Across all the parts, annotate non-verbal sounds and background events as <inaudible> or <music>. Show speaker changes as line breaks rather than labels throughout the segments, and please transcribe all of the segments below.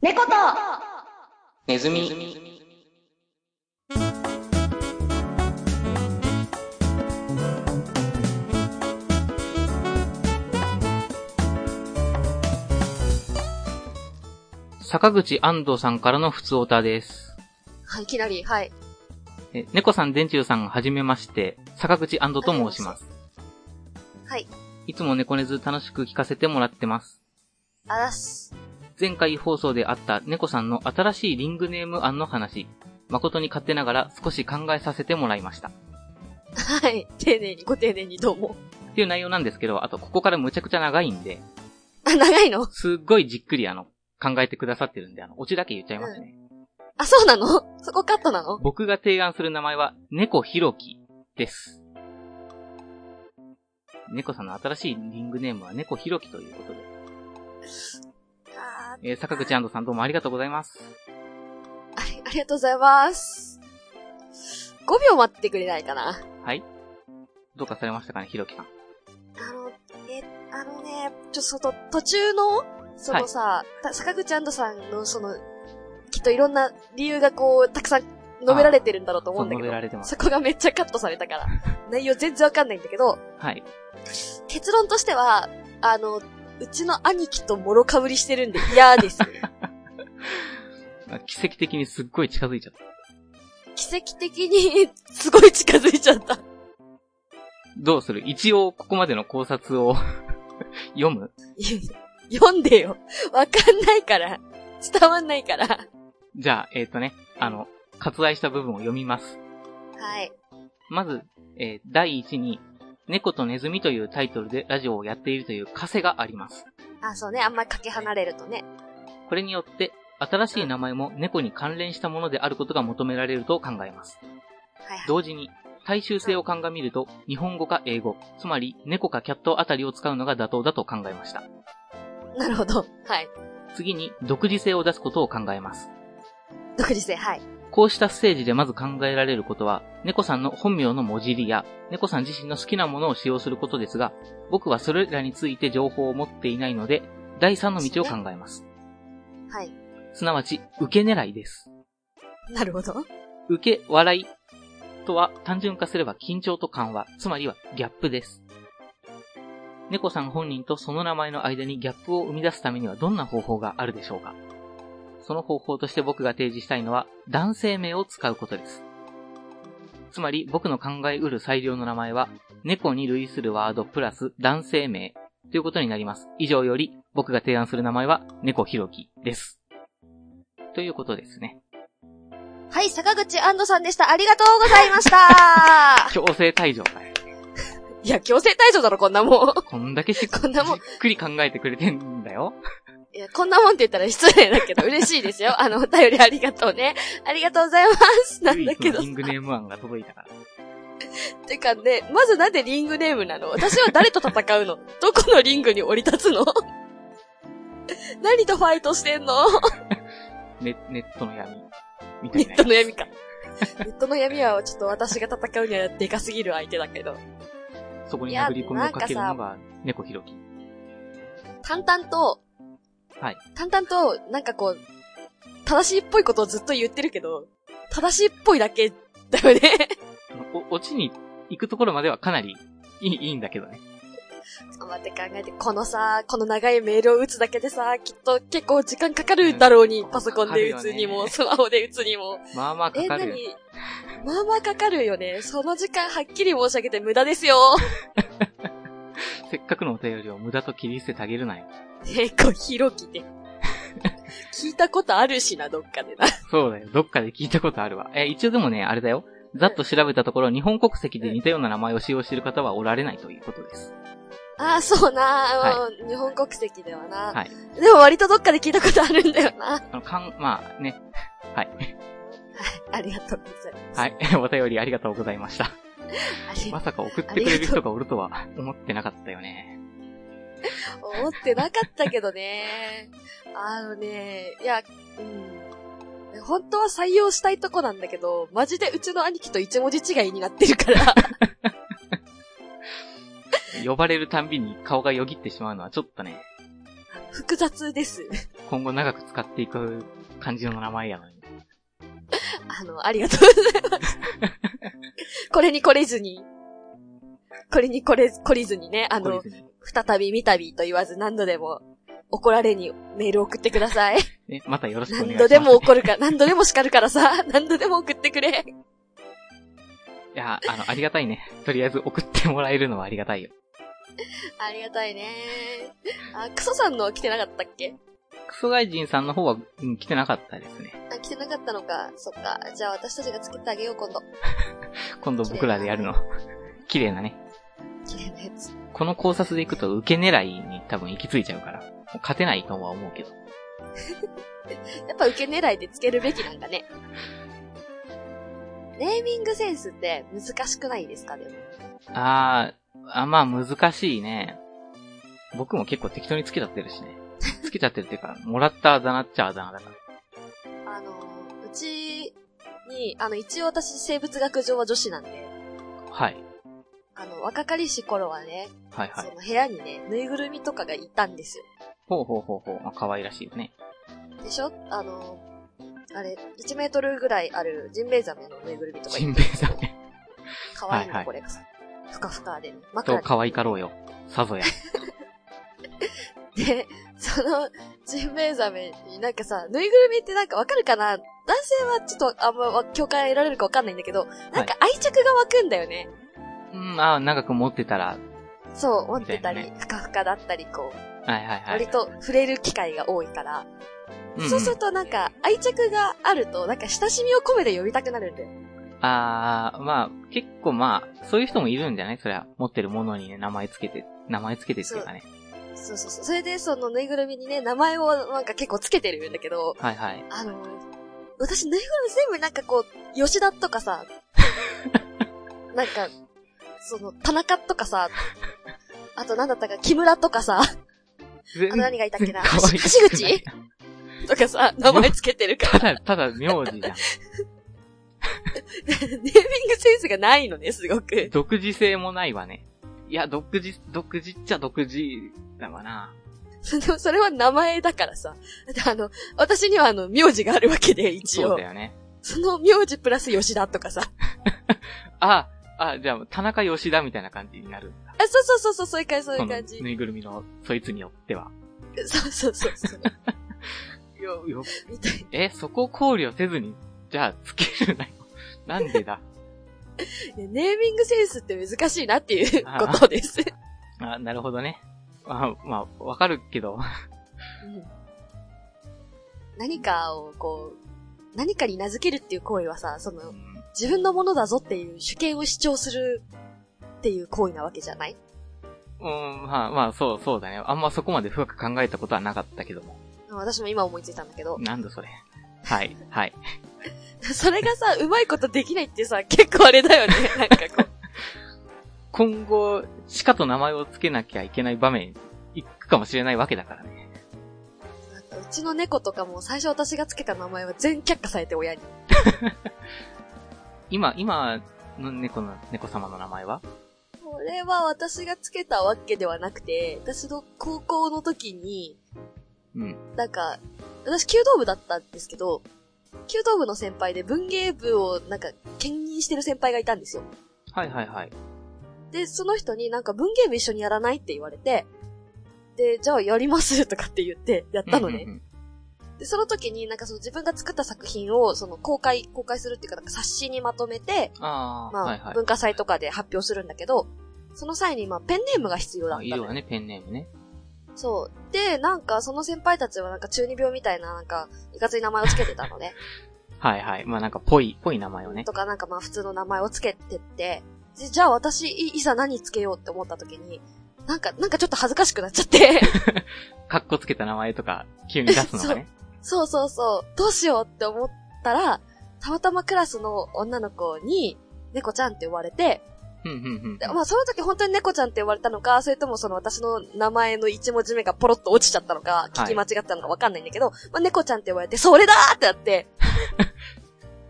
猫と
ネズミ。坂口安藤さんからの普通オタです。
はい、いきなり、はい。
え猫さん、電柱さん、はじめまして、坂口安藤と申します。
はい。
いつも猫ネズ楽しく聞かせてもらってます。
あらす。
前回放送であった猫さんの新しいリングネーム案の話、誠に勝手ながら少し考えさせてもらいました。っ
はい。丁寧に、ご丁寧にどうも。 <laughs>
ていう内容なんですけど、あとここからむちゃくちゃ長いんで、
あ、長いの
すっごいじっくりあの、考えてくださってるんで、あの、オチだけ言っちゃいますね。
あ、そうなのそこカットなの
僕が提案する名前は、猫ひろきです。猫さんの新しいリングネームは猫ひろきということで、
あ
えー坂口安藤さんどうもありがとうございます。
ありありがとうございます。5秒待ってくれないかな
はいどうかされましたかね、ひろきさん。
あの、え、あのね、ちょ、その、途中の、そのさ、た坂口安藤さんの、その、きっといろんな理由がこう、たくさん述べられてるんだろうと思うんだ
そ
け
う述べ
ど
ら、れてます。
そこがめっちゃカットされたから。内容全然わかんないんだけど、
はい。
結論としては、あの、うちの兄貴ともろかぶりしてるんで嫌です。
あ奇跡的にすっごい近づいちゃった。
奇跡的に、すごい近づいちゃった。
どうする一応、ここまでの考察を <laughs> 読む
読んでよ。わかんないから。伝わんないから。
じゃあ、えっ、とね、あの、割愛した部分を読みます。
はい。
まず、えー第1に、猫とネズミというタイトルでラジオをやっているという枷があります。
あ、そうね。あんまりかけ離れるとね。
これによって、新しい名前も猫に関連したものであることが求められると考えます。
はいはい。
同時に、大衆性を鑑みると、日本語か英語、つまり猫かキャットあたりを使うのが妥当だと考えました。
なるほど。はい。
次に、独自性を出すことを考えます。
独自性、はい。
こうしたステージでまず考えられることは、猫さんの本名の文字入りや、猫さん自身の好きなものを使用することですが、僕はそれらについて情報を持っていないので、第三の道を考えます。
はい。
すなわち、受け狙いです。
なるほど。
受け、笑いとは単純化すれば緊張と緩和、つまりはギャップです。猫さん本人とその名前の間にギャップを生み出すためにはどんな方法があるでしょうかその方法として僕が提示したいのは男性名を使うことです。つまり僕の考えうる最良の名前は猫に類するワードプラス男性名ということになります。以上より僕が提案する名前は猫ひろきです。ということですね。
はい、坂口安藤さんでした。ありがとうございました
<laughs> 強制退場かよ
いや、強制退場だろ、こんなもん。
こんだけしっ
こんなもん
じっくり考えてくれてんだよ。
いや、こんなもんって言ったら失礼だけど、嬉しいですよ。あの、お便りありがとうね。ありがとうござ
<laughs>
います。なんだけ
唯一の
ど
リングネーム案が届いたから。
<laughs> てかね、まずなんでリングネームなの私は誰と戦うのどこのリングに降り立つの <laughs> 何とファイトして
<laughs>
んの
ネネットの闇。みた
ネ
いな
ッ。トの闇か。ネットの闇はちょっと私が戦うにはでかすぎる相手だけど。
そこに殴り込みをかけるのが猫ひろき。
淡々と、
はい。
淡々と、なんかこう、正しいっぽいことをずっと言ってるけど、正しいっぽいだけだよね。
あのお、落ちに行くところまではかなりいい、いいんだけど
<laughs>
ね。
ちょっと待って考えて、このさ、この長いメールを打つだけでさ、きっと結構時間かかるだろうに、
うん
パソコンで打
か
つに
かるよ
も、
ね
スマホで打つにも。
まあまあか
え、
か
な
るよ
にまあまあかかるよね。その時間はっきり申し上げて無駄ですよ。 <laughs>
せっかくのお便りを無駄と切り捨ててあげるなよ。
猫ひろきで。聞いたことあるしな、どっかでな。 <laughs>
そうだよ。どっかで聞いたことあるわ。え、一応でもね、あれだよ。ざっと調べたところ、日本国籍で似たような名前を使用している方はおられないということです。
ああ、そうな、
は
うん日本国籍ではな、
はい
でも割とどっかで聞いたことあるんだよな。 <laughs>
あの、かん、まあね。はい。
ありがとうございます。
はい。 <laughs> お便りありがとうございました。
あり
まさか送ってくれる人がおるとは思ってなかったよね。
思ってなかったけどね。あのね、いや、うん。本当は採用したいとこなんだけど、マジでうちの兄貴と一文字違いになってるから、 <laughs>
呼ばれるたんびに顔がよぎってしまうのはちょっとね。
複雑です。
今後長く使っていく感じの名前やのに。
あの、ありがとうございます。これにこれずに、これにこれ、懲りずにね、あ
懲り
の、
ずに
再び見たびと言わず何度でも怒られにメール送ってください。
ね、またよろしくお願いし
何
ます、
度でも怒るから、何度でも叱るからさ、何度でも送ってくれ。
いや、あの、ありがたいね。とりあえず送ってもらえるのはありがたいよ。
ありがたいね。あ、クソさんのは来てなかったっけ
クソ外人さんの方は、うん、来てなかったですね。
あ、来てなかったのか。そっか。じゃあ私たちが作ってあげよう、今度。
今度僕らでやるの。綺麗なね。
綺麗なやつ。
この考察で行くと受け狙いに多分行き着いちゃうから、もう勝てないとは思うけど。
やっぱ受け狙いでつけるべきなんだね。ネーミングセンスって難しくないですか、でも。
あー、あまあ難しいね。僕も結構適当につけちゃってる
<laughs>
しね。つけちゃってるっていうか、もらったあだ名っちゃあだ名だから。
あの、うちに、あの、一応私生物学上は女子なんで、
はい。
あの、若かりし頃はね、
はいは
そ
い。
の部屋にね、ぬいぐるみとかがいたんですよ。
ほうほうほうほう。まあ可愛らしいよね。
でしょあの、あれ、1メートルぐらいあるジンベエザメのぬいぐるみとかい
ジ
て
ンベエザメ。
かわ
は
いい
いは
の、
い
これがさ。ふかふかでね、
と
枕
可愛かろうよ。さ
<laughs>
ぞや。
で、 <laughs> その、ジンベエザメになんかさ、ぬいぐるみってなんかわかるかな男性はちょっとあんま共感得られるかわかんないんだけど、なんか愛着が湧くんだよね。
うん、あー長く持ってたら、
そう、持ってた
みた
り、ふかふかだったり、こう、
はいはいはい。
割と触れる機会が多いから、
んん
そうするとなんか愛着があると、なんか親しみを込めて呼びたくなるんだよ。
あー、まあ、結構まあ、そういう人もいるんじゃないそりゃ、持ってるものにね、名前つけて、名前つけてっていうかね。
そうそうそう。それでそのぬいぐるみにね、名前をなんか結構つけてるんだけど、
はいはい。
あの、私ぬいぐるみ全部なんかこう、吉田と
<laughs>
かさ、なんか、その、田中とかさ、あとなんだったか、木村とかさ、
全
あと何がいたっけ
<laughs>
な、
可愛い
橋口とかさ、名前つけてる
<laughs>
か
た
ら、
だ、ただ、名字じゃん。
ネーミングセンスがないのね、すごく。
独自性もないわね。いや、独自、独自っちゃ独自だわな。
でもそれは名前だからさ。だってあの、私にはあの、名字があるわけで、一
そう
応
だ。よね。
その名字プラス吉田とかさ。
あ、あ、じゃあ、田中吉田みたいな感じになるんだ。
あ、そうそうそうそう、そういう感じ、そうい
そうの
感じ、。
ぬいぐるみの、そいつによっては。
そうそうそうそう。
よ、よ、
みたいな。
え、そこ考慮せずに、じゃあ、つけるなよ。 <laughs> なんでだ。 <laughs>
いやネーミングセンスって難しいなっていう
あー
こと
<laughs>
です。
あ、なるほどね。あまあ、わかるけど。
うん何かをこう、何かに名付けるっていう行為はさ、その、自分のものだぞっていう主権を主張するっていう行為なわけじゃない
うん、まあまあ、そう、そうだね。あんまそこまで深く考えたことはなかったけども。
私も今思いついたんだけど、
なんだそれ。はい、はい。
それがさ、うまいことできないってさ、結構あれだ
<laughs>
よね。なんかこう。
今後、しかと名前を付けなきゃいけない場面、行くかもしれないわけだからね。
なんかうちの猫とかも最初私がつけた名前は全却下されて親に。
今、今の猫の、猫様の名前は
これは私がつけたわけではなくて、私の高校の時に、
うん。
なんか、私、弓道部だったんですけど、弓道部の先輩で文芸部をなんか、兼任してる先輩がいたんですよ。
はいはいはい。
で、その人になんか文芸部一緒にやらないって言われて、で、じゃあやりますとかって言って、やったのね。
うんうんうん
で、その時になんかその自分が作った作品を、その公開、公開するっていうか、なんか冊子にまとめて、
ああ、
まあ、
はいはい。
文化祭とかで発表するんだけど、その際にまあ、ペンネームが必要だ
あ
った
い
の
る
よ
わね、ペンネームね。
そう。で、なんか、その先輩たちはなんか中二病みたいな、なんか、いかつい名前をつけてたのね。
はいはい。まあなんか、ぽい、ぽい名前をね。
とかなんかまあ普通の名前をつけてって、でじゃあ私、い、いざ何つけようって思った時に、なんか、なんかちょっと恥ずかしくなっちゃ <laughs> って、
かっこつけた名前とか、急に出すのがね。
そうそうそう、どうしようって思ったら、たまたまクラスの女の子に、猫ちゃんって呼ばれて、
うんうんうん。
でまあその時本当に猫ちゃんって呼ばれたのか、それともその私の名前の一文字目がポロッと落ちちゃったのか、聞き間違ったのかわかんないんだけど、まあ猫ちゃんって呼ばれて、それだーってなって、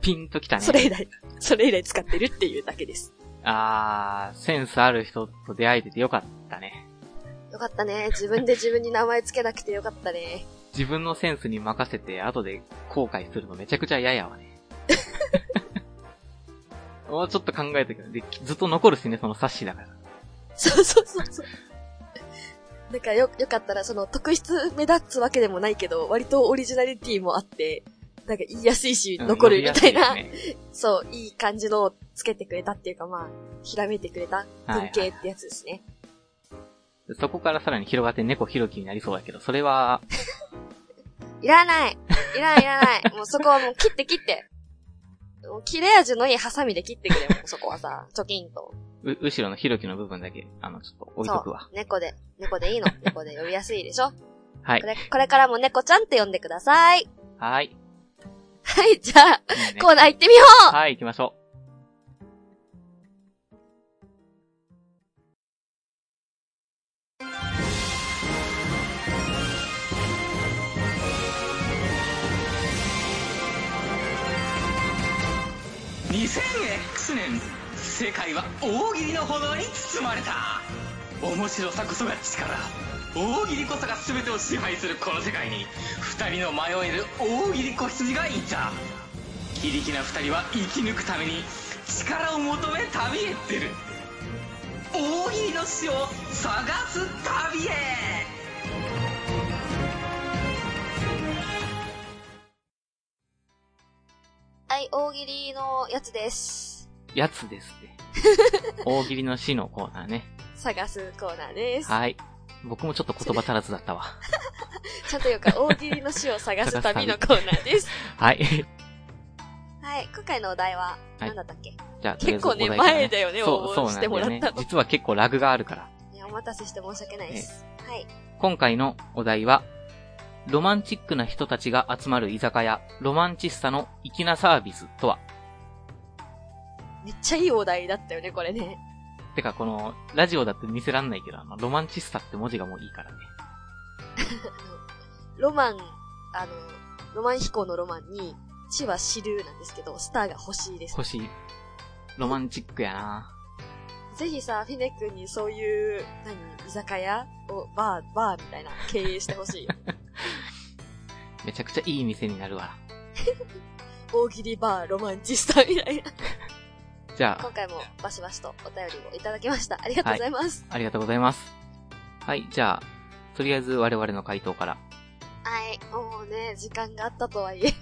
ピンときたね。
それ以来、それ以来使ってるっていうだけです。
あー、センスある人と出会えててよかったね。
よかったね。自分で自分に名前つけなくてよかったね。
自分のセンスに任せて、後で後悔するのめちゃくちゃ嫌やわ
<laughs>
ね。もうちょっと考えたけど、でずっと残るしね、その冊子だから。
そうそうそうそう。なんかよ、よかったら、その、特筆目立つわけでもないけど、割とオリジナリティもあって、なんか言いやすいし、
うん
残るみたいな、
残りやすいですね
そう、いい感じのをつけてくれたっていうか、まあ、ひらめいてくれた
はいは
文
い
系ってやつですね。
そこからさらに広がって猫ひろきになりそうだけど、それは、
いらないいらないいら <laughs> ないもうそこはもう切って切ってもう切れ味のいいハサミで切ってくれよ、もうそこはさ、チョキンと。
う、後ろのひろきの部分だけ、あの、ちょっと置いとくわ。
猫で、猫でいいの猫で呼びやすいでしょ
はい
こ。れ、これからも猫ちゃんって呼んでください。
はい。いい
はい、じゃあ、
ね
コーナー行ってみよ
はい、行きましょ
2000X 年世界は大喜利の炎に包まれた面白さこそが力大喜利こそが全てを支配するこの世界に2人の迷える大喜利子羊がいた非力な2人は生き抜くために力を求め旅へ出る大喜利の死を探す旅へ
うはい、大喜利のやつです。
う。やつですね。
<laughs>
大喜利の死のコーナーね。
探すコーナーです。
はい。僕もちょっと言葉足らずだったわ。
ちゃんとよく大喜利の種を探す旅のコーナーです。
はい。
はい、今回のお題は、
はい
なんだったっけ
じゃあ、とりあえ
結
ずお
構
題
ね、
から
前だよね、
そう、そう
応募
な
し
ん
て
だ
もら
よね
った。の。
実は結構ラグがあるから。
ねお待たせして申し訳ないです。はい。
今回のお題は、ロマンチックな人たちが集まる居酒屋、ロマンチスタの粋なサービスとは
めっちゃいいお題だったよね、これね。
てか、この、ラジオだって見せらんないけど、あの、ロマンチスタって文字がもういいからね。
ロマン、あの、ロマン飛行のロマンに、地は知るなんですけど、スターが欲しいです。
星、ロマンチックやな
ぜひさ、フィネ君にそういう、何、居酒屋を、バー、バーみたいな、経営してほしいよ。
めちゃくちゃいい店になるわ。
大喜利バー、ロマンチスタみたいな。
じゃ
今
あ、
回もバシバシとお便りをいただきました。ありがとうございます。
ありがとうございます。はい、じゃあ、とりあえず我々の回答から、
はい、もうね、時間があったと <laughs> はいえ、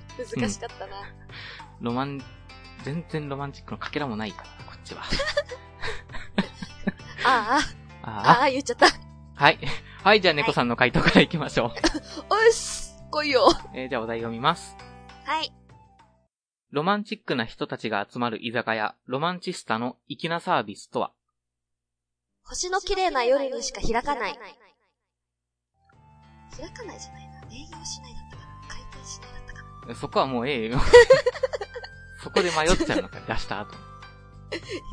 難しかったな。
ロマン、全然ロマンチックのかけらもないからな、こっちは。
ああ、あ
あ
あ、言っちゃった。
あ、はい。はい、じゃあ猫さんの回答から行きましょう。
おいっす、来いよ。
えーじゃあお題読みます。
はい。
ロマンチックな人たちが集まる居酒屋、ロマンチスタの粋なサービスとは
星の綺麗な夜にしか開かない。開かないじゃないな。営業しないだったかな。開店しないだったかな。
そこはもうええ
<laughs>
よ。そこで迷っちゃうのか、出した後。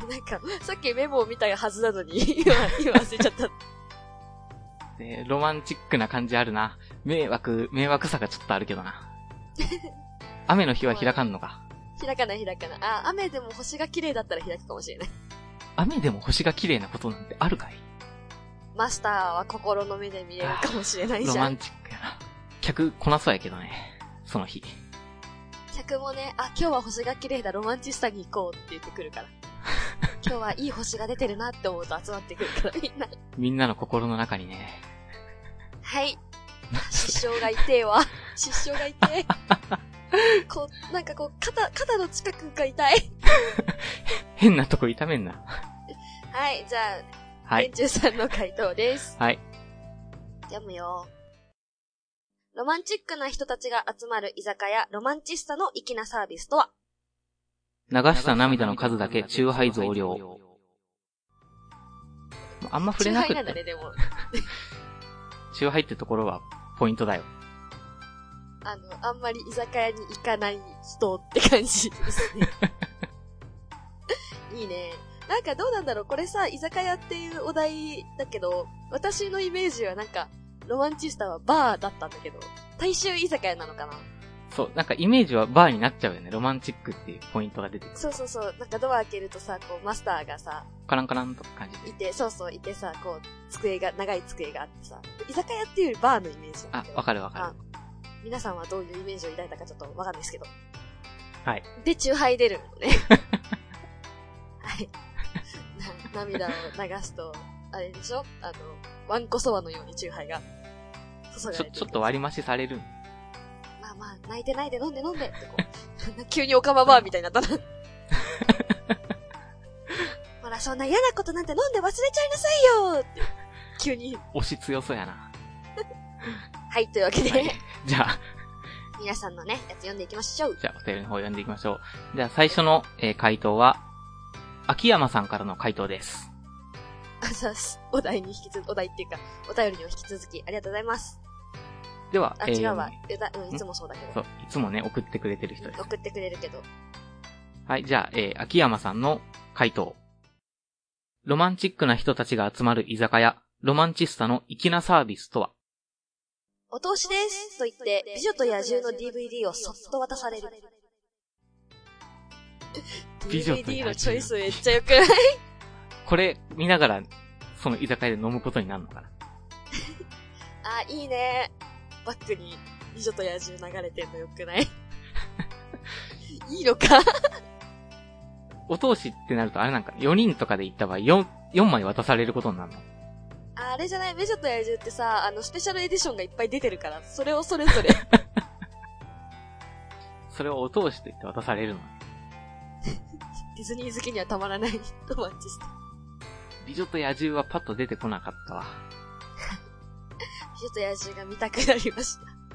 なんか、さっきメモを見たはずなのに、 <laughs> 今、今忘れちゃった。
えーロマンチックな感じあるな。迷惑、迷惑さがちょっとあるけど
<laughs>
な。雨の日は開かんのか。
開かない開かない。あ、雨でも星が綺麗だったら開くかもしれない。
雨でも星が綺麗なことなんてあるかい
マスターは心の目で見れるかもしれない
ロ
じ
マ
ゃ
ン
ん。
チックやな。客来なそうやけどね。その日。
客もね、あ、今日は星が綺麗だ、ロマンチスタに行こうって言ってく
<laughs>
るから。今日はいい星が出てるなって思うと集まってくる
<laughs>
から、みんな。
みんなの心の中にね。
はい。失笑が痛えわ。失笑が痛
<laughs>
え。こう、なんかこう、肩、肩の近くが痛い。
変なとこ痛めんな。
はい、じゃあ、
は
店
い。
中さんの回答です。
はい。
読むよ。ロマンチックな人たちが集まる居酒屋、ロマンチスタの粋なサービスとは
流した涙の数だけ、チューハイ増量。あんま触れなく
酎ハイな
て
んだ、ね、でも。
チューハイってところはポイントだよ。
あの、あんまり居酒屋に行かない人って感じですね。いいね。なんかどうなんだろうこれさ、居酒屋っていうお題だけど、私のイメージはなんか、ロマンチスタはバーだったんだけど、大衆居酒屋なのかな
そう、なんかイメージはバーになっちゃうよね。ロマンチックっていうポイントが出てくる。
そうそうそう。なんかドア開けるとさ、こうマスターがさ、
カランカランとか感じ
い
で。
て、そうそう、いてさ、こう、机が、長い机があってさ、居酒屋っていうよりバーのイメージなん
あ
だよね、
わかるわかる。
皆さんはどういうイメージを抱いたかちょっとわかんないですけど。
はい。
で、チューハイ出るのね。はい。な涙を流すと、あれでしょあの、ワンコそばのようにチューハイが注がれ
ちょ、
ていく
ちょっと割り増しされる。
まあまあ、泣いてないで飲んで飲んで <laughs> ってこう。急にオカマバーみたいに
<laughs>
なったな。ほら、そんな嫌なことなんて飲んで忘れちゃいなさいよって。急に。
押し強そうやな。 <laughs>
はい、というわけで、
はいじゃあ、
皆さんのね、やつ読んでいきましょう。
じゃあ、お便りの方読んでいきましょう。じゃあ、最初の、えー回答は、秋山さんからの回答です。
あざっす。お題に引き続き、お題っていうか、お便りにも引き続き、ありがとうございます。
では、
あ、
えー
違うわ。うだうん、いつもそうだけ
そ
ど。
う、いつもね、送ってくれてる人です。
送ってくれるけど。
はい、じゃあ、えー秋山さんの回答。ロマンチックな人たちが集まる居酒屋、ロマンチスタの粋なサービスとは
お通しですと言って、美女と野獣の DVD をそっと渡される。
<laughs> 美女と野獣
DVD のチョイスめっちゃよくない <laughs>
これ、見ながら、その居酒屋で飲むことになるのかな
あ、いいね。バックに美女と野獣流れてんのよく
<laughs>
ないいいのか
お通しってなると、あれなんか、4人とかで行った場合、4、4枚渡されることになるの
ああれじゃない、美女と野獣ってさ、あの、スペシャルエディションがいっぱい出てるから、それをそれ
<laughs>
ぞれ。
それをお通しと言って渡されるの。
ディズニー好きにはたまらないロマンチスト。
美女と野獣はパッと出てこなかったわ。
美女と野獣が見たくなりました。 <laughs>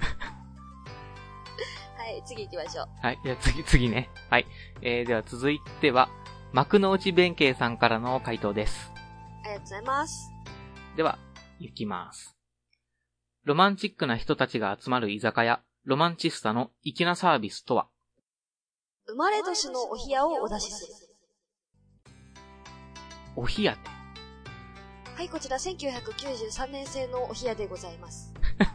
はい、次行きましょう。
はい。じゃあ次、次ね。はい。えー、では続いては、幕の内弁慶さんからの回答です。
ありがとうございます。
では、行きます。ロマンチックな人たちが集まる居酒屋、ロマンチスタの粋なサービスとは
生まれ年のお部屋をお出しする。
お冷やて。
はい、こちら1993年製のお部屋でございます。って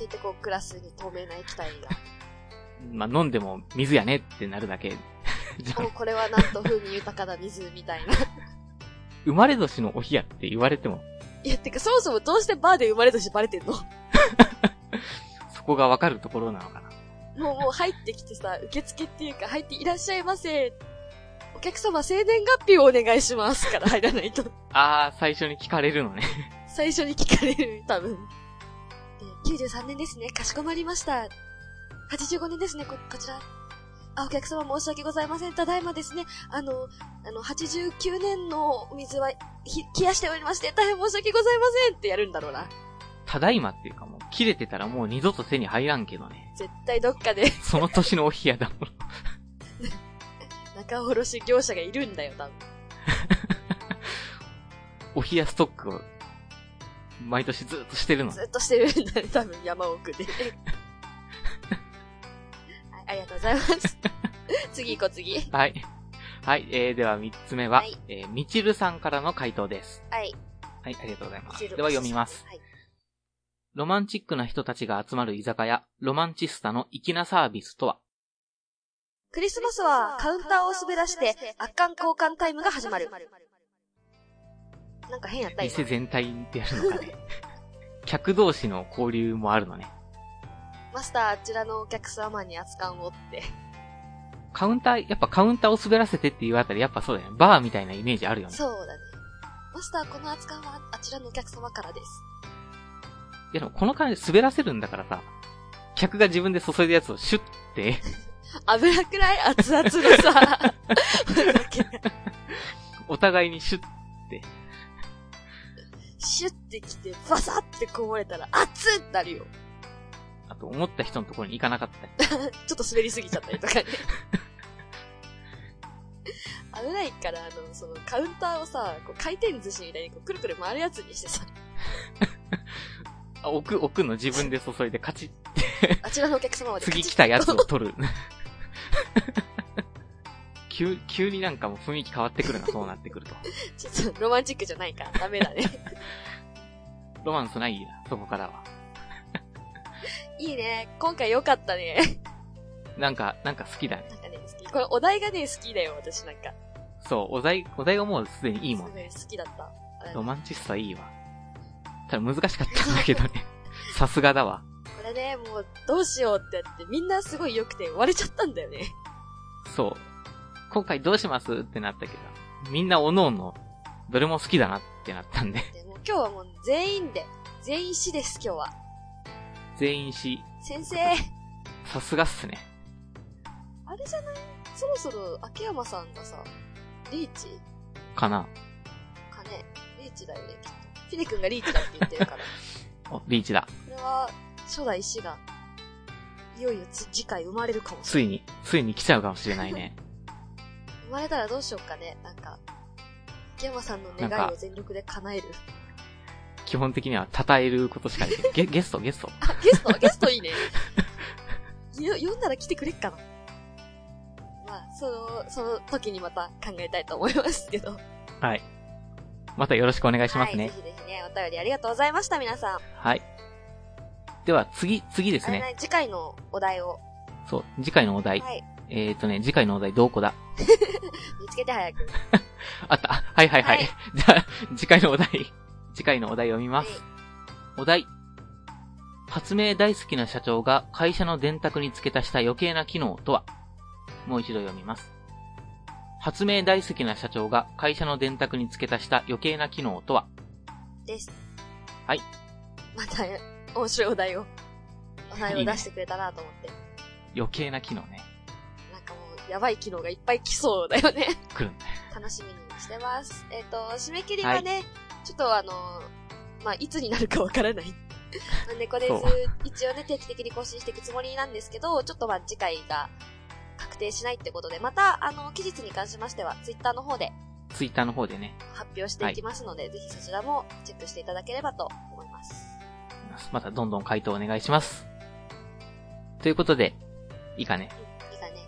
言ってこう、グラスに透明な液体
まあ、飲んでも水やねってなるだけ。 <laughs> じゃ
が。も
あ
うこれはなんと風味豊かな水みたいな。
生まれ年のお冷やって言われても、
いや、てかそもそもどうしてバーで生まれ年バレてんのも
そこがわかるところなのかな。
うもう入ってきてさ、受付っていうか入っていらっしゃいませ。お客様生年月日をお願いしますから入らないと。
あー、最初に聞かれるのね。 <laughs>
最初に聞かれる、多分。えー93年ですね。かしこまりました。85年ですね、こ、こちら。あ、お客様申し訳ございません。ただいまですね。あの、あの、89年のお水は、ひ、冷やしておりまして、大変申し訳ございませんってやるんだろうな。
ただいまっていうかもう、切れてたらもう二度と手に入らんけどね。
絶対どっかで、 <laughs>
その年のお冷やだもん。
仲卸業者がいるんだよ、多分。
お冷やストックを、毎年ずっとしてるの。
ずっとしてるんだね、多分、山奥 <laughs> で。はい、ありがとうございます。次行こう、次。
はい。はい、えー、では三つ目は、
はい
えー、みちるさんからの回答です。
はい。
はい、ありがとうございま
こ
す。
ちら
では読みます。
はい。
ロマンチックな人たちが集まる居酒屋、ロマンチスタの粋なサービスとは
クリスマスはカウンターを滑らして圧巻交換タイムが始まる。なんか変やった今。
店全体でやるのかね。 <laughs> 客同士の交流もあるのね。
マスター、あちらのお客様に圧巻をって。
カウンター、やっぱカウンターを滑らせてっていうあたり、やっぱそうだよね。バーみたいなイメージあるよね。
そうだね。マスター、この圧巻はあちらのお客様からです。
いやでもこの感じ滑らせるんだからさ、客が自分で注いだやつをシュッて、 <laughs>
油くらい熱々のさ、
お互いにシュッ
シュッてきて、バサッてこぼれたら熱っってなるよ。
あと思った人のところに行かなかったり。
ちょっと滑りすぎちゃったりと <laughs> かね。危ないから、あの、その、カウンターをさ、こう回転寿司みたいにこうくるくる回るやつに <laughs> してさ、
あ、置く、置くの自分で注いで、カチッ、
あちらのお客様まで
次来たやつを取る。 <laughs> 急、急になんかもう雰囲気変わってくるな、そうなってくると。
ちょっとロマンチックじゃないからダメだね。
ロマンスないな、そこからは。
い <laughs> いいね。今回良かったね。
なんか、なんか好きだね。
なんかね、好き。これお題がね、好きだよ、私なんか。
そう、お題、お題がもうすでにいいもん
す。ごい好きだった。あれ
ロマンチストはいいわ。ただ難しかったんだけどね。さすがだわ。
これね、もう、どうしようってやって、みんなすごい良くて割れちゃったんだよね。
そう。今回どうしますってなったけど、みんなおのおの、どれも好きだなってなったんで、
でもう今日はもう全員で、全員死です、今日は。
全員し、
先生、
さすがっすね。
あれじゃないそろそろ、秋山さんがさ、リーチ
かな。
かねリーチだよね、きっと。フィデ君がリーチだって言ってるから。 <laughs>
お、リーチだ。
これは、初代死が、いよいよ次次回生まれるかもしれ
つい
ない。
に、ついに来ちゃうかもしれない <laughs> ね。
生まれたらどうしようかね、なんか。秋山さんの
なん
願い
か
を全力で叶える。
基本的には称えることしかできない。ゲ、ゲスト、ゲスト。
あ、ゲ
<laughs>
スト、ゲストいいね。よ、読んだら来てくれっかな。まあ、その、その時にまた考えたいと思いますけど。お
はい。またよろしくお願いします
はい、
ね
ぜ。ひぜひね、お便りありがとうございました、皆さん。
はい。では、次、次です
あれ
ね。
ね、次回のお題を、
そう、次回のお題。
はい、
えーとね、次回のお題どこだ
見つけて早く。
あった。はいはいはい。
はい
<laughs> じゃあ、次回のお題。次回のお題読みます。お題。発明大好きな社長が会社の電卓に付け足した余計な機能とはもう一度読みます。発明大好きな社長が会社の電卓に付け足した余計な機能とは
です。
はい。
また、面白いお題を、お題を出してくれたなと思って。
余計な機能ね。
なんかもう、やばい機能がいっぱい来そうだよね。
来るんだよ。
楽しみにしてます。えっ、と、締め切りはね、ちょっとあのまあ、いつになるかわからない。 <laughs> なんで、これず
そう、
一応ね、定期的に更新していくつもりなんですけど、ちょっとまあ、次回が確定しないってことで、また、あの、期日に関しましては、ツイッターの方で
ツイッターの方でね。
発表していきますので、ぜひそちらもチェックしていただければと思います。
またどんどん回答お願いします。ということで、いいかね。
いいかね。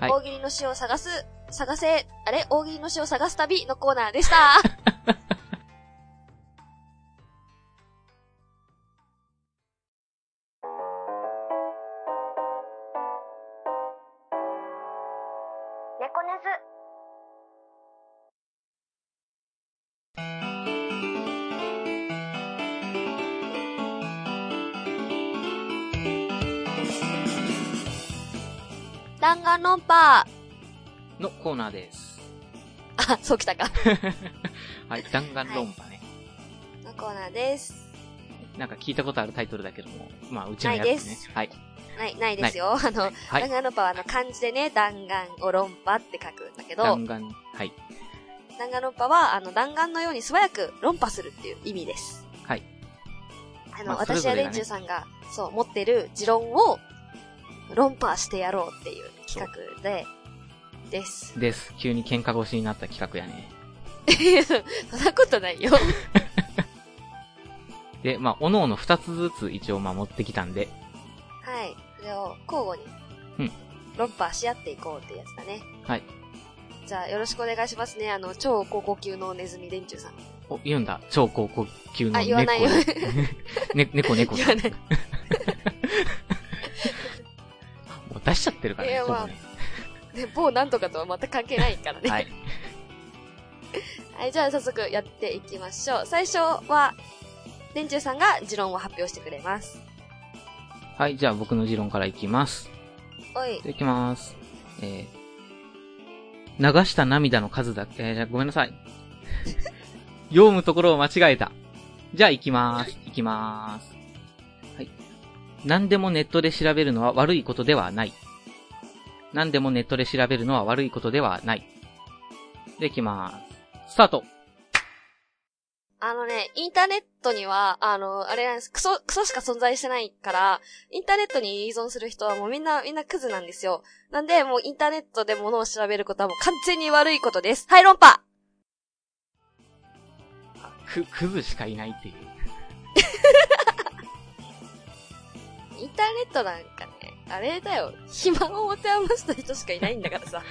はい
大喜利の詩を探す、探せ、あれ大喜利の詩を探す旅のコーナーでした。
猫ねず。
弾丸論破 <laughs>
のコーナーです。
あ、そうきたか。
はい、弾丸論破ね。
のコーナーです。
なんか聞いたことあるタイトルだけども、まあ、うちのやつね。はい。
ない、ないですよ。あの、
はい
弾。丸論破はあの漢字でね、弾丸を論破って書くんだけど、
弾丸、はい。
弾丸論破はあの弾丸のように素早く論破するっていう意味です。
はい。
あの、
まあそれ
私
ぞれ
や
がね
連中さんが、そう、持ってる持論を論破してやろうっていう企画で、です。
です。急に喧嘩腰になった企画やね。
<laughs> そんなことないよ。
で、まあ、おのおの二つずつ一応、まあ、持ってきたんで、
はい。それを交互に、
うん
論破し合っていこうってやつだね。
はい。
じゃあ、よろしくお願いしますね。あの、超高校級のネズミ連中さん。
お、言うんだ。超高校級の
あ言
猫。
わないよ <laughs>
ね、猫猫
言
さ
わ
ん。 <laughs>
ない。
もう出しちゃってるから
い
ね、
や
ほぼ
まあ
ね。
ね、某なんとかとは全く関係ないから
<laughs>
ね。
はい。
<laughs> はい、じゃあ早速やっていきましょう。最初は、電柱さんが持論を発表してくれます。
はい、じゃあ僕の持論からいきます。
おい
いた、だきます。えー、流した涙の数だけ、えー、じゃあごめんなさい。 <laughs> 読むところを間違えた。じゃあ行きまーす。行きまーす。はい。何でもネットで調べるのは悪いことではない。何でもネットで調べるのは悪いことではない。で、行きまーす。スタート
あのね、インターネットには、あの、あれなんです、クソ、クソしか存在してないから、インターネットに依存する人はもうみんな、みんなクズなんですよ。なんで、もうインターネットで物を調べることはもう完全に悪いことです。はい、論破
く、クズしかいないっていう。
インターネットなんかね、あれだよ、暇を持て余した人しかいないんだからさ。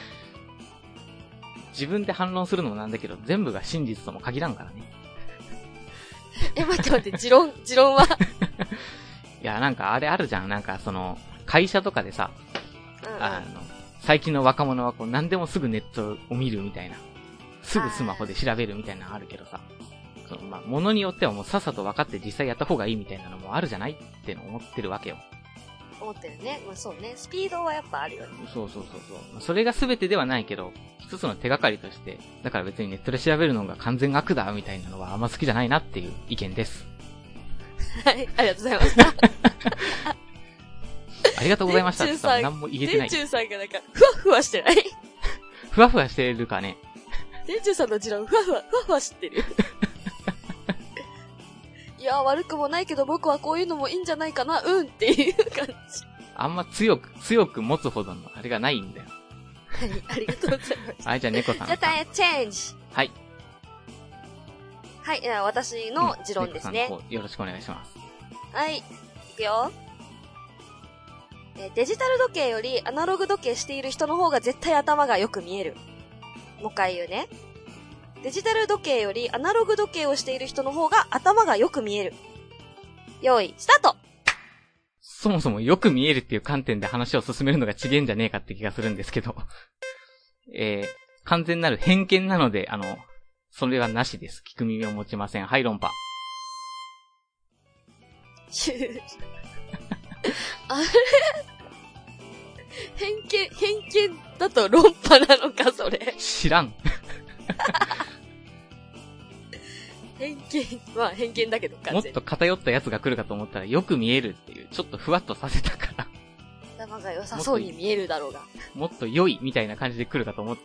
<laughs>
自分で反論するのもなんだけど、全部が真実とも限らんからね。
え、待って待って、持論、持論は、
いや、なんかあれあるじゃん。なんかその、会社とかでさ、
うんうん
あの、最近の若者はこう、何でもすぐネットを見るみたいな。すぐスマホで調べるみたいなのあるけどさ。その、まあ、ものによってはもうさっさと分かって実際やった方がいいみたいなのもあるじゃないっての思ってるわけよ。
思ってるね。まあそうね。スピードはやっぱあるよね。
そうそうそうそう。それが全てではないけど、一つの手がかりとして、だから別にネットで調べるのが完全悪だ、みたいなのはあんま好きじゃないなっていう意見です。
はい。ありがとうございま <laughs> した。
ありがとうございました。ち
電
ょ
柱
っと
さん
何も言えてな <laughs>
電
い。
柱さんがなんか、ふわふわしてない。
ふわふわしてるかね。
電柱さんの持論、ふわふわ、ふわふわして <laughs> る。いや、悪くもないけど僕はこういうのもいいんじゃないかな、うんっていう感じ。
あんま強く、強く持つほどのあれがないんだよ。
はい、ありがとうございました。
はい、じゃあ猫さん。
じゃあ、タイヤチェンジ。
はい。
はい、えー私の持論ですね
猫。さんの方よろしくお願いします。
はい、いくよ。えーデジタル時計よりアナログ時計している人の方が絶対頭がよく見える。もう一回言うね。デジタル時計よりアナログ時計をしている人の方が頭がよく見える。用意、スタート
そもそもよく見えるっていう観点で話を進めるのが違えんじゃねえかって気がするんですけど。 <laughs> えー、完全なる偏見なので、あの、それはなしです。聞く耳を持ちません。はい、論破。
<laughs> あれ偏見、偏見だと論破なのか、それ。
知らん。
偏見、まあ偏見だけど、
も
完
っ
全に
と偏ったやつが来るかと思ったら、よく見えるっていう、ちょっとふわっとさせたから、
頭が良さそうに見えるだろうが。
もっと良いみたいな感じで来るかと <laughs> 思っ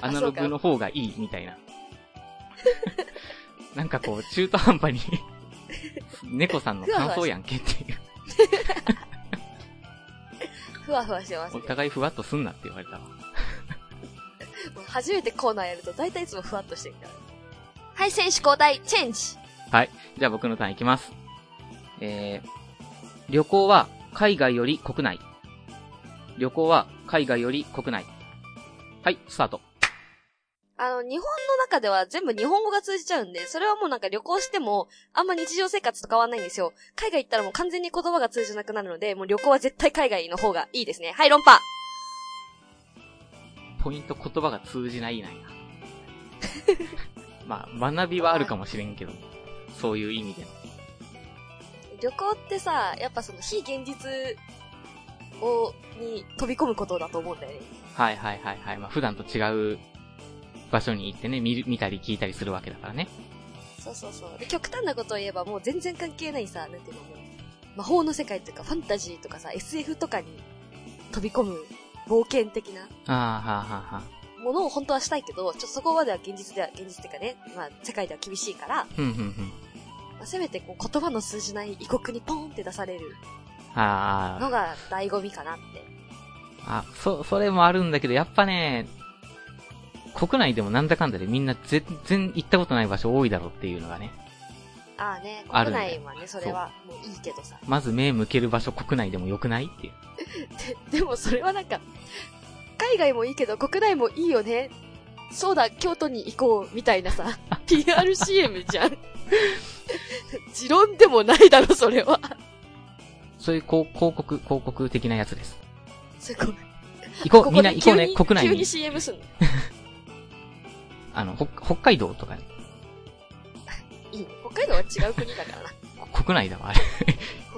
たア
あ
ナ
そ
ロ
うか
グの方がいいみたいな。なんかこう、中途半端 <laughs> に、猫さんの感想やんけっていう。
ふわふわしてます
お
ね。
互いふわっとすんなって言われたわ。
もう初めてコーナーやると大体いつもふわっとしてるから。はい、選手交代、チェンジ
じゃあ僕のターンいきます。えー、旅行は海外より国内。旅行は海外より国内。はい、スタート。
あの、日本の中では全部日本語が通じちゃうんで、それはもうなんか旅行しても、あんま日常生活と変わんないんですよ。海外行ったらもう完全に言葉が通じなくなるので、もう旅行は絶対海外の方がいいですね。はい、論破
ポイント言葉が通じ <laughs> ないなんや。まあ、学びはあるかもしれんけど、そういう意味での。
旅行ってさ、やっぱその非現実を、に飛び込むことだと思うんだよね。
はいはいはいはい。まあ、普段と違う場所に行ってね、見る見たり聞いたりするわけだからね。
そうそうそう。で、極端なことを言えばもう全然関係ないさ、なんていうのもう、魔法の世界とかファンタジーとかさ、SF とかに飛び込む冒険的な
ああ、はあはあはあ。
ものを本当はしたいけど、ちょっとそこまでは現実では、現実っていうかね、まあ世界では厳しいから、
ふんふんふん。
まあせめてこう言葉の通じない異国にポーンって出される
ああ
の。が醍醐味かなって。
あ、そ、それもあるんだけど、やっぱね、国内でもなんだかんだでみんな全然行ったことない場所多いだろうっていうのがね。
ああね、
ある
国
んだよ
内はね、それはもういいけどさ。
まず目向ける場所国内でも良くないっていう。
でもそれはなんか、海外もいいけど国内もいいよね。そうだ、京都に行こう、みたい
<laughs>
なさ、PRCM じゃん。持論でもないだろ、それは。
そういうこう広告、広告的なやつです。
すごい。
行こう
こ
み
こ
んな
で
行こ
急
うね
に、
国内
急
に
に。CM すんの。
あの、ほ北海道とかね。
いいね。北海道は違う国だからな。
こ国内だわ、あれ。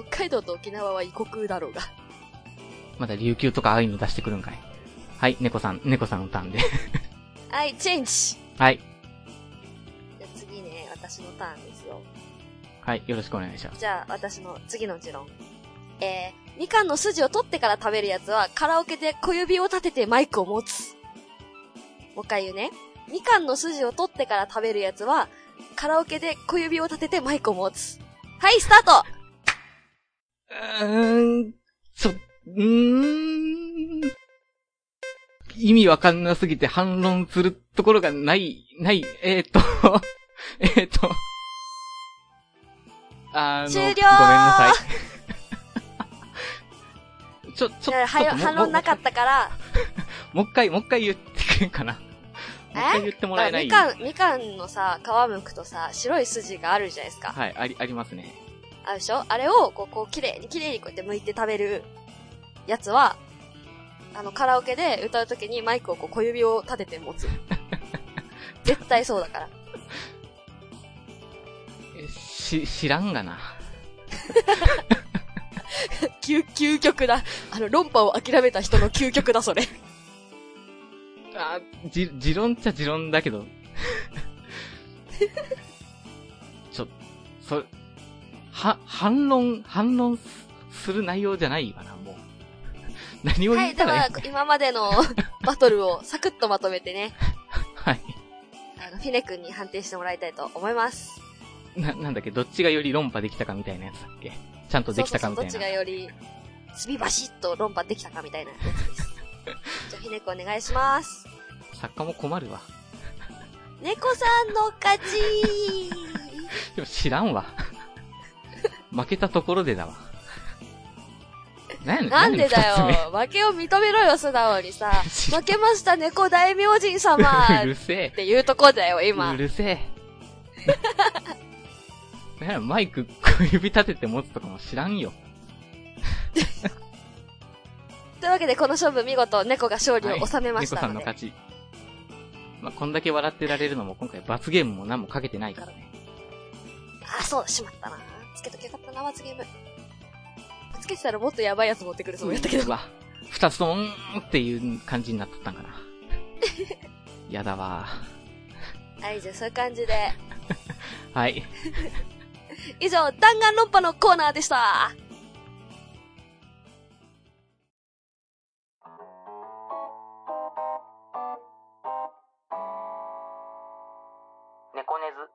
北海道と沖縄は異国だろうが。
まだ琉球とかああいうの出してくるんかい。はい、猫さん、猫さんのターンで。
はい、チェンジじ
はい。
ゃあ次ね、私のターンですよ。
はい、よろしくお願いします。
じゃあ、私の次の持論。えー、みかんの筋を取ってから食べるやつは、カラオケで小指を立ててマイクを持つ。もう一回言うね。みかんの筋を取ってから食べるやつは、カラオケで小指を立ててマイクを持つ。はい、スタート
うーん、ちょ、うーん。意味わかんなすぎて反論するところがない、ない、えー、っと、 <laughs> えー、っと。あの、
終了
ごめんなさい。 <laughs> ちょ、ちょ、ち
じ
ょ
ゃあ、
っと
はよ
も
反論なかったから、
もう一回、もう一回言ってくれんかな。もう一回言ってもらえない。
みかん、みかんのさ、皮むくとさ、白い筋があるじゃないですか。
はい、あり、ありますね。
あるでしょあれを、こう、こう、綺麗に綺麗にこうやって剥いて食べるやつは、あの、カラオケで歌うときにマイクをこう、小指を立てて
<laughs>
持つ。絶対そうだから。
えし、知らんがな。
究、究極だ。あの、論破を諦めた人の究極
<laughs>
だ、それ。
あ、じ、持論っちゃ持論だけ
<laughs>
ど。ちょ、そ、は、反論、反論すする内容じゃないかな、もう。 <laughs> 何を
は
言っ
い、で
たらいい、
は、今までの <laughs> バトルをサクッとまとめてね、
はい、
あの、フィネ君に判定してもらいたいと思います。
な、なんだっけ、どっちがより論破できたかみたいなやつだっけちゃんとできたかみたいな。
そうそうそうどっちがより、すびばしっと論破できたかみたいなやつ
<laughs>
です。じゃあ、ひねこお願いします。
作家も困るわ。
猫さんの勝
<laughs>
ち
でも知らんわ。 <laughs> 負けたところでだ
<laughs>
わ。なんや
なんでだ。
何二
よ負けを認めろよ、素直
<laughs>
にさ。
つ目
負けました、猫大名人様
<laughs> う
っ
るせえ。
ていうとこだよ、今
う。るせえ。 <laughs> なんやマイク小指立てて持つとかも知らんよ。
というわけで、この勝負見事、猫が勝利を収めまし
猫
た
さん
の
の
で。
勝ち。まあ、こんだけ笑ってられるのも今回罰ゲームも何もかけてないからね。
あ、そうだ、しまったな。つけときゃよかったな、罰ゲーム。つけてたらもっとやばいやつ持ってくるつもりだったけど。
わ、二つともうーんっていう感じになっとったんかな。 <laughs> やだわ。
はい、じゃあそういう感じで。
はい。
以上、弾丸論破のコーナーでした。
猫ねず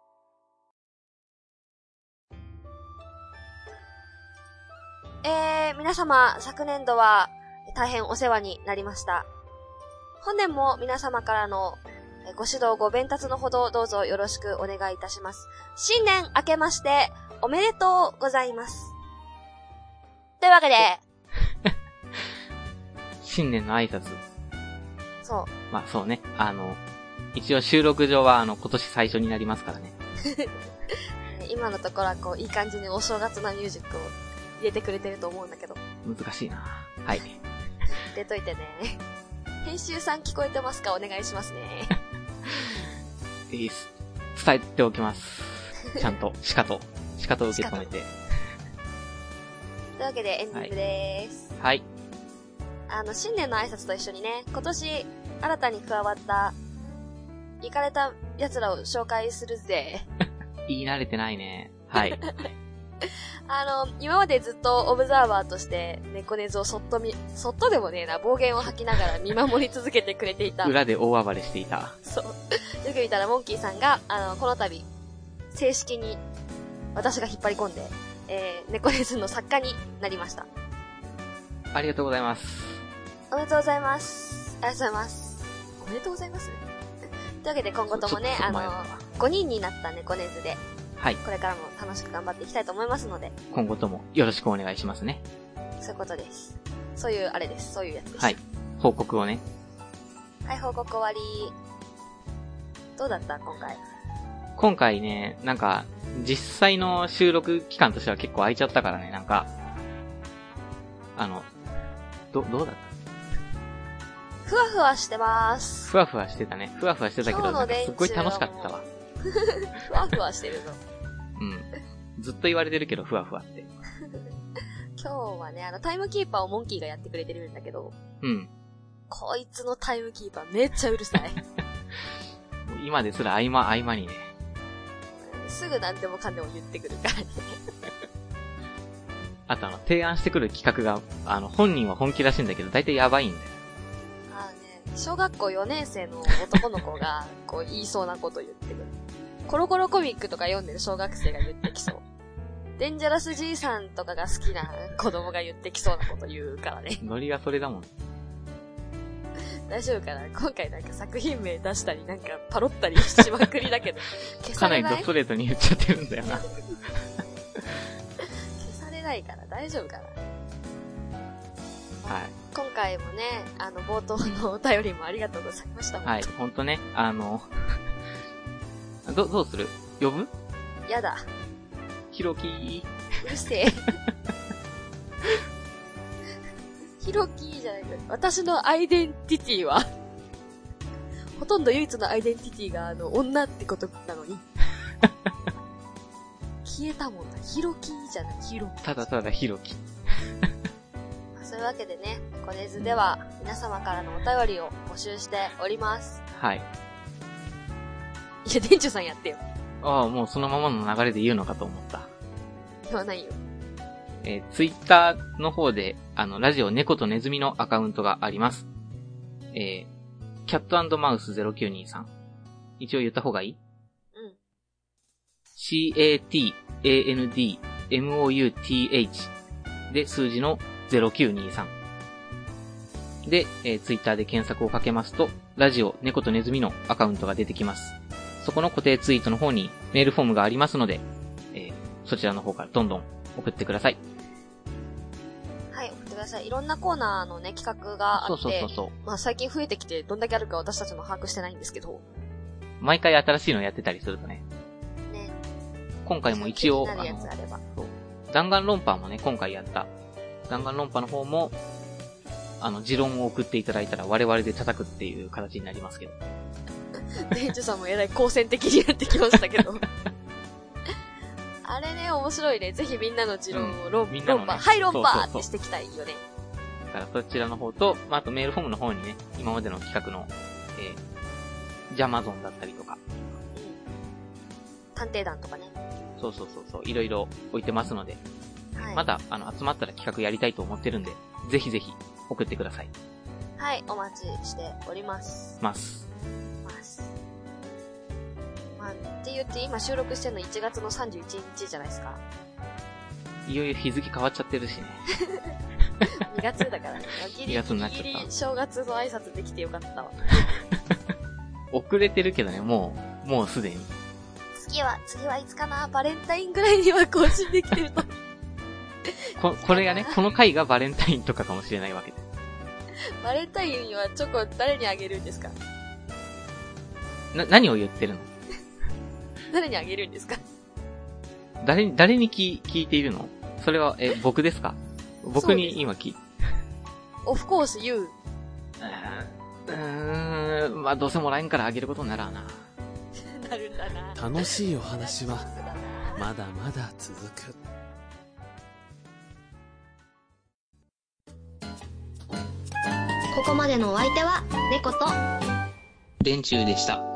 えー、皆様、昨年度は大変お世話になりました。本年も皆様からのえーご指導ご鞭達のほどどうぞよろしくお願いいたします。新年明けましておめでとうございます。というわけで、
新年の挨拶。
そう、
まあそうね。あの、一応収録上はあの今年最初になりますからね。
ね今のところはこう、いい感じにお正月なミュージックを入れてくれてると思うんだけど、
難しいな。はい。
入れといてね。 <laughs> 編集さん聞こえてますかお願いしますね。 <laughs>
いいっす。伝えておきます。ちゃん
<laughs>
と、しかと、しかと受け止めて。
というわけでエンディングでーす。
はい。
あの、新年の挨拶と一緒にね、今年新たに加わった、行かれた奴らを紹介するぜ。
言い慣れてないね。
<laughs>
はい。
あの、今までずっとオブザーバーとして、猫ネズをそっと見、そっとでもねえな、暴言を吐きながら見守り続けてくれていた。
裏で大暴れしていた。
そう。よく見たらモンキーさんが、あの、この度、正式に私が引っ張り込んで、えー、猫ネズの作家になりました。
ありがとうございます。
おめでとうございます。ありがとうございます。おめでとうございます。というわけで今後ともね、
ちょ
あ
っと前
の、5人になった猫ネズで、
はい。
これからも楽しく頑張っていきたいと思いますので、
今後ともよろしくお願いしますね。
そういうことです。そういう、あれです。そういうやつです。
はい。。報告をね。
はい、報告終わり。どうだった今回。
今回ね、なんか、実際の収録期間としては結構空いちゃったからね、なんか、あの、ど、どうだった
ふわふわしてます。
ふわふわしてたね。ふわふわしてたけど、
今日
な
の
んか
連
す
中
っごい楽しかったわ。
ふわふわしてるぞ。
うん。ずっと言われてるけど、ふわふわって。
今日はね、あの、タイムキーパーをモンキーがやってくれてるんだけど、
うん。
こいつのタイムキーパーめっちゃうるさい。
今ですら合間合間にね。
すぐ何でもかんでも言ってくるからね。
あとあの、提案してくる企画が、あの、本人は本気らしいんだけど、大体やばいんだよ。
あのね、小学校4年生の男の子
<laughs>
が、こう言いそうなこと言ってくる。コロコロコミックとか読んでる小学生が言って
<laughs>
きそう。デンジャラス爺さんとかが好きな子供が言ってきそうなこと言うか
<laughs>
らね。
ノリがそれだもん。
大丈夫かな今回なんか作品名出したり、なんかパロったりしまくりだけど、消
か
さ
な
れ
りド
ない
スト
消
レートに言っちゃってるんだよな。
されないから大丈夫かな
はい。
今回もね、あの、冒頭のお便りもありがとうございました。
はい。ほんとね、あの、 <laughs> ど、どうする呼ぶ
やだ。
ひろきー。
うるせえ。 <laughs> ヒロキじゃないか。私のアイデンティティは、ほとんど唯一のアイデンティティが、あの、女ってこと
<laughs>
なのに。消えたもんな。ヒロキじゃない、ヒロキ。
ただただヒロキ。
そういうわけでね、コネズでは皆様からのお便りを募集しております。
はい。
いや、店長さんやってよ。
ああ、もうそのままの流れで言うのかと思った。
言わないよ。
えツイッター Twitter の方で、あの、ラジオ猫とネズミのアカウントがあります。えー、キャットマウス0923。一応言った方がいい
うん。
catandmouth で数字の0923。で、えー、ツイッターで検索をかけますと、ラジオ猫とネズミのアカウントが出てきます。そこの固定ツイートの方にメールフォームがありますので、えーそちらの方からどんどん送ってください。
はい、送ってください。いろんなコーナーのね、企画があ
そう
っ
そう
て
そう、そう。
まあ最近増えてきてどんだけあるか私たちも把握してないんですけど、
毎回新しいのやってたりするとね。
ね。
今回も一応、
気にな
あ
るやつあ
の、
れば。
弾丸論破もね、今回やった。弾丸論破の方も、あの、持論を送っていただいたら我々で叩くっていう形になりますけど。
<laughs> 店長さんもえらい好戦的になってきまし
<laughs>
たけど。あれね、面白いね。ぜひみんなの持論を論、
みんなの
論
ね
破、はい論
そう
破
そうそう
ってしていきたいよね。
だからそちらの方と、まあ、あとメールフォームの方にね、今までの企画の、えー、ジャマゾンだったりとか、
うん探偵団とかね。
そうそうそうそう、いろいろ置いてますので、
はい。
また、あの、集まったら企画やりたいと思ってるんで、ぜひぜひ送ってください。
はい、お待ちしております。
ます。
ます。まあ、って言って今収録してるの1月の31日じゃないですか。
いよいよ日付変わっちゃってるしね。 <laughs>
2月だからね。ギリ
2月になっちゃっ
ギ
た
リ正月の挨拶できてよかったわ。
遅れてるけどね、もう、もうすでに。
次は、次はいつかなバレンタインぐらいには更新できてると。
こ、これがね、この回がバレンタインとかかもしれないわけで。
バレンタインはチョコ誰にあげるんですか
な、何を言ってるの
誰にあげるんですか
誰に、誰に聞い、聞いているのそれは、え、僕ですか僕
そうです
に今聞い、
オフコース you.
うーん、まあどうせもらえんからあげることにならんな。
なるんだな。
楽しいお話は
そうだな
まだまだ続く
ここまでのお相手は猫と
電柱でした。